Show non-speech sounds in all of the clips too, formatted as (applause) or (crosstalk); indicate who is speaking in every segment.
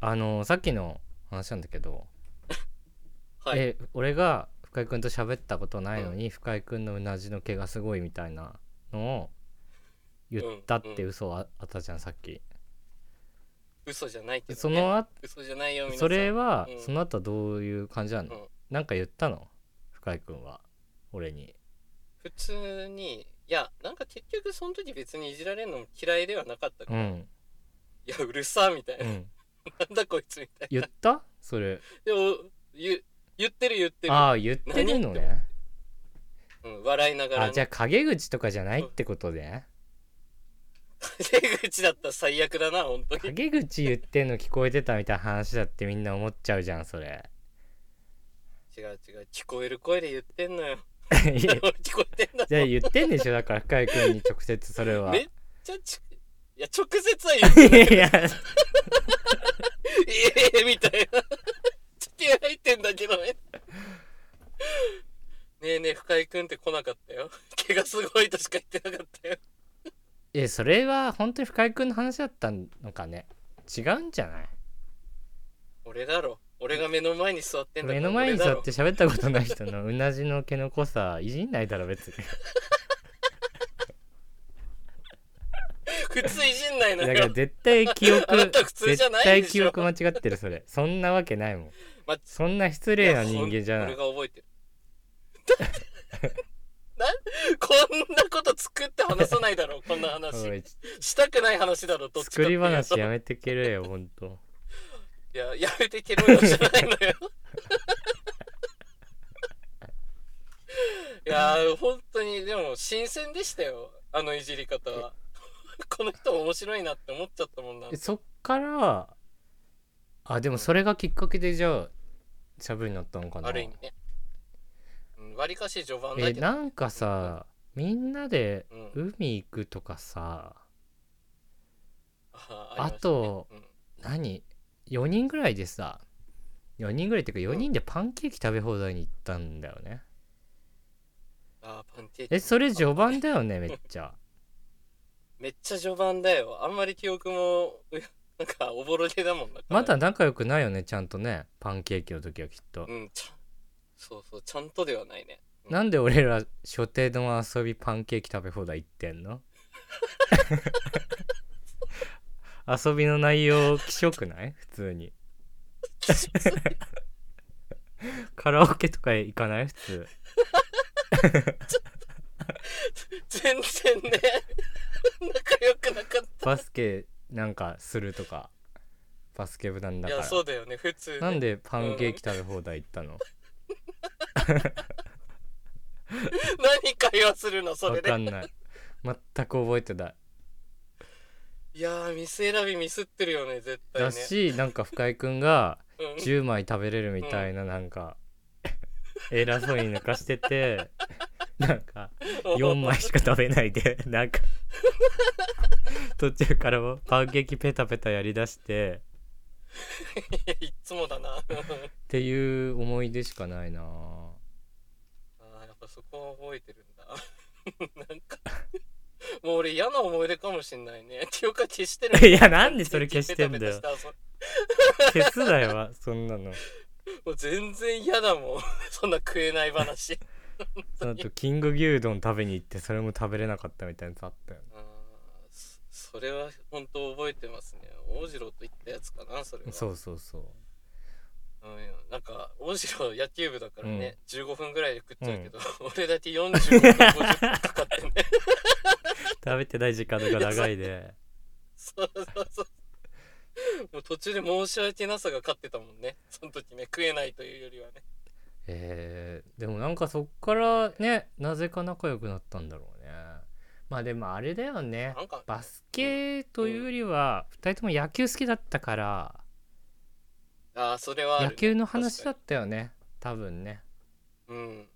Speaker 1: あのさっきの話なんだけど、
Speaker 2: はい。
Speaker 1: え俺が深井君と喋ったことないのに、深井君のうなじの毛がすごいみたいなのを言ったって嘘はあったじゃんさっき、
Speaker 2: 嘘じゃないけど、ね。
Speaker 1: そのあ
Speaker 2: 嘘じゃないよ、皆さん。
Speaker 1: それは、
Speaker 2: うん
Speaker 1: その後はどういう感じなの、
Speaker 2: うん
Speaker 1: なんか言ったの深井君は俺に
Speaker 2: 普通に、いや、なんか結局その時別にいじられるのも嫌いではなかったか
Speaker 1: う
Speaker 2: ら、い
Speaker 1: ん
Speaker 2: や、うるさ、みたいうな。
Speaker 1: ん
Speaker 2: なんだこいつ、みたい
Speaker 1: 言ったそれ
Speaker 2: な。でも、ゆ言ってる言ってる。
Speaker 1: ああ言ってるのね
Speaker 2: うん、笑いながら、
Speaker 1: あ
Speaker 2: ね。
Speaker 1: じゃあ陰口とかじゃないってことで、
Speaker 2: (laughs) 出口だったら最悪だな、本当に。
Speaker 1: 陰口言ってんの聞こえてたみたいな話だってみんな思っちゃうじゃんそれ
Speaker 2: 違う違う、聞こえる声で言ってんのよ。
Speaker 1: (laughs) いや
Speaker 2: (laughs) 聞こえてんだ
Speaker 1: じゃあ
Speaker 2: ろ。
Speaker 1: 言ってんでしょだから深井君に直接それは (laughs)
Speaker 2: めっ
Speaker 1: い
Speaker 2: ちゃち、いや、直接は言ってない。
Speaker 1: や
Speaker 2: ええみたいな。ちょっとや入ってんだけどね。ねえねえ、深井くんって来なかったよ。毛がすごいとしか言ってなかったよ。
Speaker 1: えそれは本当に深井君の話だったのかね違うんじゃない
Speaker 2: 俺だろ。俺が目の前に座ってんだ
Speaker 1: 目の前に座っ
Speaker 2: 俺だ
Speaker 1: て喋ったことない人のうなじの毛の濃さいじんないだろ別に
Speaker 2: ろ普通いじん (laughs) ないの
Speaker 1: だから
Speaker 2: よ。
Speaker 1: 絶対記憶
Speaker 2: あなた普通じ
Speaker 1: 絶
Speaker 2: ゃない
Speaker 1: 対
Speaker 2: で
Speaker 1: 記
Speaker 2: しょ
Speaker 1: 憶間違ってるそれそんなわけないもん
Speaker 2: ま
Speaker 1: そんな失礼な人間じゃない
Speaker 2: 俺が覚えてる。だって (laughs) なんこんなこと作って話さないだろ、こんな
Speaker 1: (laughs) お
Speaker 2: 話。
Speaker 1: い
Speaker 2: したくない話だろ、どっちかって
Speaker 1: 作
Speaker 2: い
Speaker 1: り
Speaker 2: うと
Speaker 1: 話やめてけれよほんと
Speaker 2: いや、やめてけろよじゃないの
Speaker 1: (laughs)
Speaker 2: よ。いやー、本当に、でも、新鮮でしたよ。あのいじり方は。この人面白いなって思っちゃったもんな。
Speaker 1: えそっからあでもそれがきっかけでじゃあしゃべりになったのかな
Speaker 2: ある意味ね。うんわりかし序盤だ
Speaker 1: え
Speaker 2: けど。
Speaker 1: なんかさみんなで
Speaker 2: うん
Speaker 1: 海行くとかさ、
Speaker 2: あ
Speaker 1: あと、
Speaker 2: ありまし
Speaker 1: 何4人ぐらいでさ4人ぐらいっていうか4人でパンケーキ食べ放題に行ったんだよね、
Speaker 2: たねうんあーパンケーキ。
Speaker 1: えそれ序盤だよねめっ (laughs) ちゃ
Speaker 2: めっちゃ序盤だよ。あんまり記憶も、 (laughs) うなんか、おぼろげだもんな。
Speaker 1: まだ仲良くないよねちゃんとねパンケーキの時はきっと、
Speaker 2: うん、ちゃんそうそう、ちゃんとではないね。うん
Speaker 1: なんで俺ら所定の遊びパンケーキ食べ放題行ってんの (laughs) 遊びの内容きしょくない普通に (laughs) カラオケとか行かない普通
Speaker 2: 全然ね、 (laughs) 仲良くなかった。
Speaker 1: バスケなんかするとかバスケ部なんだ
Speaker 2: い
Speaker 1: か
Speaker 2: やそ
Speaker 1: ら
Speaker 2: うだよね普通ね
Speaker 1: なんでパンケーキ食べ放題行ったの
Speaker 2: 何会話するのそ
Speaker 1: わ
Speaker 2: れ
Speaker 1: か
Speaker 2: で
Speaker 1: んない全く覚えてない
Speaker 2: いやー店選びミスってるよね絶対ね
Speaker 1: だしなんか深井君が
Speaker 2: うん
Speaker 1: 10枚食べれるみたいななんか (laughs) 偉そうに抜かしててなんか4枚しか食べないで (laughs) なんか途中からもパンケーキペタペタやりだして
Speaker 2: (laughs) いやいっつもだな (laughs) あ
Speaker 1: っていう思い出しかないな
Speaker 2: ーやっぱそこは覚えてるんだ (laughs) なんかもう俺嫌な思い出かもしんないね記憶は消してる
Speaker 1: (laughs) いやなんでそれ消してんだよ
Speaker 2: ペタペタした遊
Speaker 1: 消すなよわそんなの
Speaker 2: びもう (laughs) 全然嫌だもん (laughs) そんな食えない話 (laughs)
Speaker 1: その後キング牛丼食べに行ってそれも食べれなかったみたいなやつあったよね
Speaker 2: あーそそれは本当覚えてますね大次郎と言ったやつかなそれは
Speaker 1: そうそうそう
Speaker 2: うん、なんか大城野球部だからね、15分ぐらいで食っちゃうけど、 (laughs) 俺だけ45分50かかってね (laughs)
Speaker 1: 食べてない時間とか長いで
Speaker 2: そうそうそうもう途中で申し訳なさが勝ってたもんねその時ね食えないというよりはね
Speaker 1: えーでもなんかそっからねなぜか仲良くなったんだろうねまあでもあれだよね
Speaker 2: なんか
Speaker 1: バスケというよりは2人とも野球好きだったから
Speaker 2: ああそれはあるね、
Speaker 1: 野球の話だ
Speaker 2: 確か
Speaker 1: ったよね多分ね
Speaker 2: にうん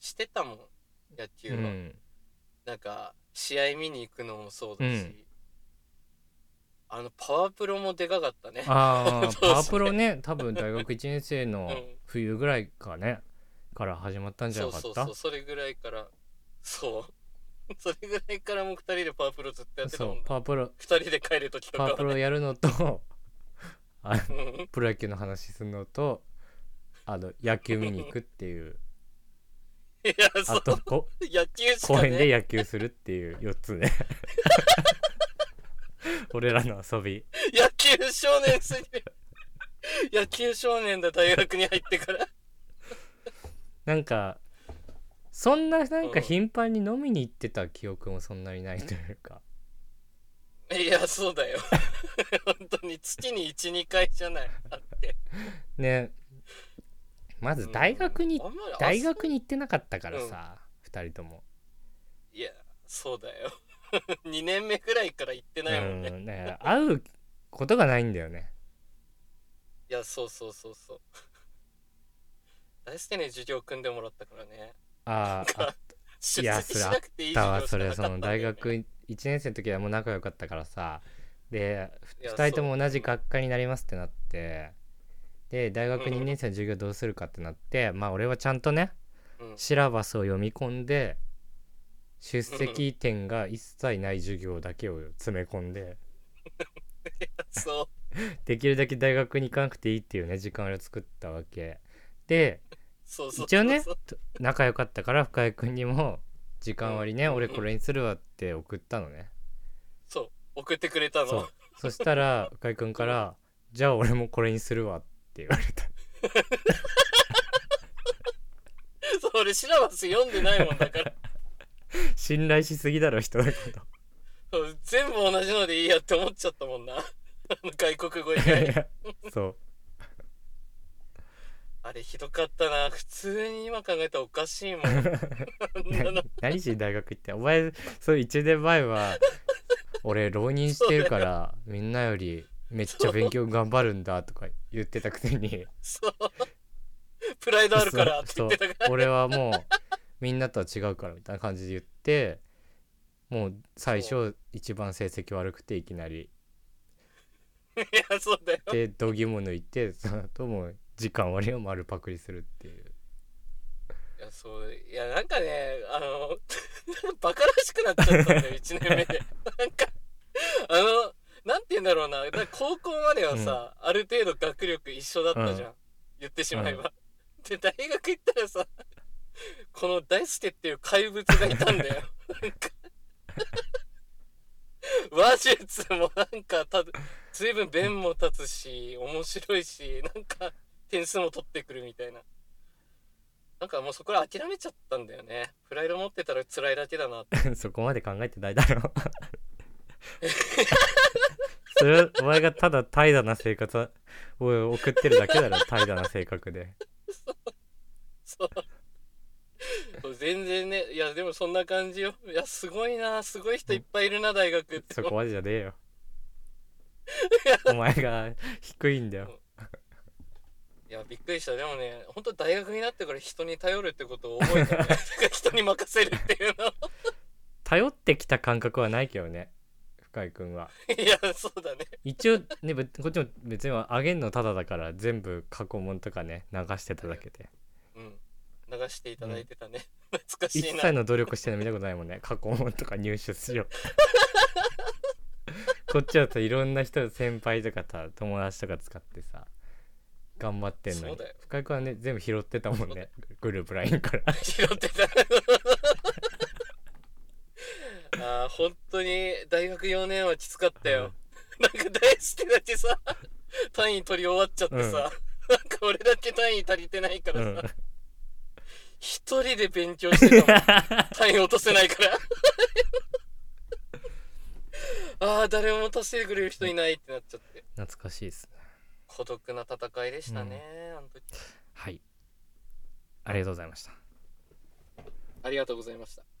Speaker 2: してたもん野球
Speaker 1: う
Speaker 2: は、
Speaker 1: ん
Speaker 2: なんか試合見に行くのもそうだし、
Speaker 1: うん
Speaker 2: あのパワープロもでかかったね
Speaker 1: ああ
Speaker 2: そう
Speaker 1: パ
Speaker 2: そう
Speaker 1: ワープロね多分大学1年生の
Speaker 2: うん
Speaker 1: 冬ぐらいかねから始まったんじゃな
Speaker 2: そう
Speaker 1: かっ
Speaker 2: そう
Speaker 1: た
Speaker 2: そうそれぐらいからそう (laughs) それぐらいからもう2人でパワープロずっとやってた
Speaker 1: そ
Speaker 2: もん
Speaker 1: うパワープロ
Speaker 2: 2人で帰る時と
Speaker 1: パワープ
Speaker 2: か
Speaker 1: ロやるのとあ
Speaker 2: うん
Speaker 1: プロ野球の話するのとあの野球見に行くっていう
Speaker 2: いやそ
Speaker 1: あ
Speaker 2: う
Speaker 1: とこ
Speaker 2: 野球し
Speaker 1: 公
Speaker 2: か
Speaker 1: 園で
Speaker 2: ね
Speaker 1: 野球するっていう4つ
Speaker 2: (laughs)
Speaker 1: ね俺らの遊び
Speaker 2: 野球少年すぎる野球少年だ大学に入ってから
Speaker 1: なんかそんななん
Speaker 2: う
Speaker 1: か
Speaker 2: ん
Speaker 1: 頻繁に飲みに行ってた記憶もそんなにないというか
Speaker 2: いやそうだよ (laughs) 本当に月に12回じゃないあって
Speaker 1: ねまず大学に
Speaker 2: うんあんまり
Speaker 1: 大
Speaker 2: 遊
Speaker 1: 学に行ってなかったからさ2人とも
Speaker 2: いやそうだよ (laughs) 2年目くらいから行ってないもんね、
Speaker 1: うんだから会うことがないんだよね
Speaker 2: いやそうそうそうそう大輔に授業組んでもらったからね
Speaker 1: あ
Speaker 2: (laughs)
Speaker 1: ーあ
Speaker 2: 出
Speaker 1: いや
Speaker 2: 席しなくていい
Speaker 1: だ
Speaker 2: 授
Speaker 1: わ
Speaker 2: 業
Speaker 1: それ
Speaker 2: し
Speaker 1: そ
Speaker 2: かなか
Speaker 1: の
Speaker 2: ったんだ
Speaker 1: 大
Speaker 2: よね
Speaker 1: 学1年生の時はもう仲良かったからさで
Speaker 2: いや
Speaker 1: 2人と
Speaker 2: そ
Speaker 1: も
Speaker 2: う
Speaker 1: 同じ学科になりますってなってで大学
Speaker 2: うん
Speaker 1: 2年生の授業どうするかってなってまあ俺はちゃんとねシラバスを読み込んで出席点が一切ない授業だけを詰め込んで
Speaker 2: うん、そ
Speaker 1: できるだけ大学に行かなくていいっていうね時間を作ったわけで
Speaker 2: うそうそうそう
Speaker 1: 一応ね
Speaker 2: そう
Speaker 1: と仲良かったから深井君にも「時間割ね
Speaker 2: うん
Speaker 1: 俺これにするわ」って送ったのね
Speaker 2: そう送ってくれたの
Speaker 1: そうそしたら深井君から「じゃあ俺もこれにするわ」って言われた
Speaker 2: そう (laughs) 俺シラバス読んでないもんだから
Speaker 1: 信頼しすぎだろ人のこと
Speaker 2: そう全部同じのでいいやって思っちゃったもんなあの外国語以
Speaker 1: いや (laughs)
Speaker 2: 外
Speaker 1: いやそう
Speaker 2: あれひどかったな普通に今考えたらおかし
Speaker 1: (laughs)
Speaker 2: いもんあんなの
Speaker 1: な何しに大学行ってお前そう1年前は
Speaker 2: (laughs)
Speaker 1: 俺浪人してるからみんなよりめっちゃ勉強頑張るんだとか言ってたくせ
Speaker 2: (laughs)
Speaker 1: に
Speaker 2: そうプライドあるからって
Speaker 1: そ
Speaker 2: 言
Speaker 1: う
Speaker 2: ってたから
Speaker 1: 俺はもうみんなとは違うからみたいな感じで言ってもう最
Speaker 2: そ
Speaker 1: 初一番成績悪くていきなり
Speaker 2: いやそうだよ
Speaker 1: で度肝抜いてその後もう時間割を丸パクリするっていう
Speaker 2: いやそういやなんかねあの (laughs) バカらしくなっちゃったんだよ1年目でなんかあのなんて言うんだろうなだから高校まではさ、ある程度学力一緒だったじゃん、言ってしまえば、で大学行ったらさこの大輔っていう怪物がいたんだよなんか話術もなんかた随分弁も立つし面白いしなんか点数も取ってくるみたいななんかもうそこら諦めちゃったんだよねプライド持ってたら辛いだけだなって
Speaker 1: そこまで考えてないだろそれはお前がただ怠惰な生活を送ってるだけだろ怠惰な性格で
Speaker 2: そうそう全然ねいやでもそんな感じよいやすごいなすごい人いっぱいいるな大学って
Speaker 1: そこまでじゃねえよお前が低いんだよ
Speaker 2: いやびっくりしたでもね本当大学になってから人に頼るってことを覚えた
Speaker 1: (laughs)
Speaker 2: ねだから人に任せるっていうのを (laughs)
Speaker 1: 頼ってきた感覚はないけどね深井君はい
Speaker 2: やそうだね
Speaker 1: 一応ねぶこっちも別にあげんのただだから全部過去問とかね流してただけで
Speaker 2: うん流していただいてたね、懐かし
Speaker 1: 一
Speaker 2: いな
Speaker 1: 切の努力してるの見たことないもんね過去問とか入手し
Speaker 2: (laughs)
Speaker 1: ようこっちだといろんな人先輩とかさ友達とか使ってさ頑張ってんの
Speaker 2: そう
Speaker 1: に
Speaker 2: だよ
Speaker 1: 深井君はね全部拾ってたもんねグループラインから
Speaker 2: 拾ってたあー本当に大学4年はきつかったよ、なんか大好きだけさ単位取り終わっちゃってさ、
Speaker 1: うん
Speaker 2: なんか俺だけ単位足りてないから
Speaker 1: う
Speaker 2: さ、
Speaker 1: ん
Speaker 2: 一人で勉強してたもん単位落とせないから (laughs) ああ誰も助けてくれる人いないってなっちゃって
Speaker 1: 懐かしいですね
Speaker 2: 孤独な戦いでしたね、あの時
Speaker 1: はいありがとうございました
Speaker 2: ありがとうございました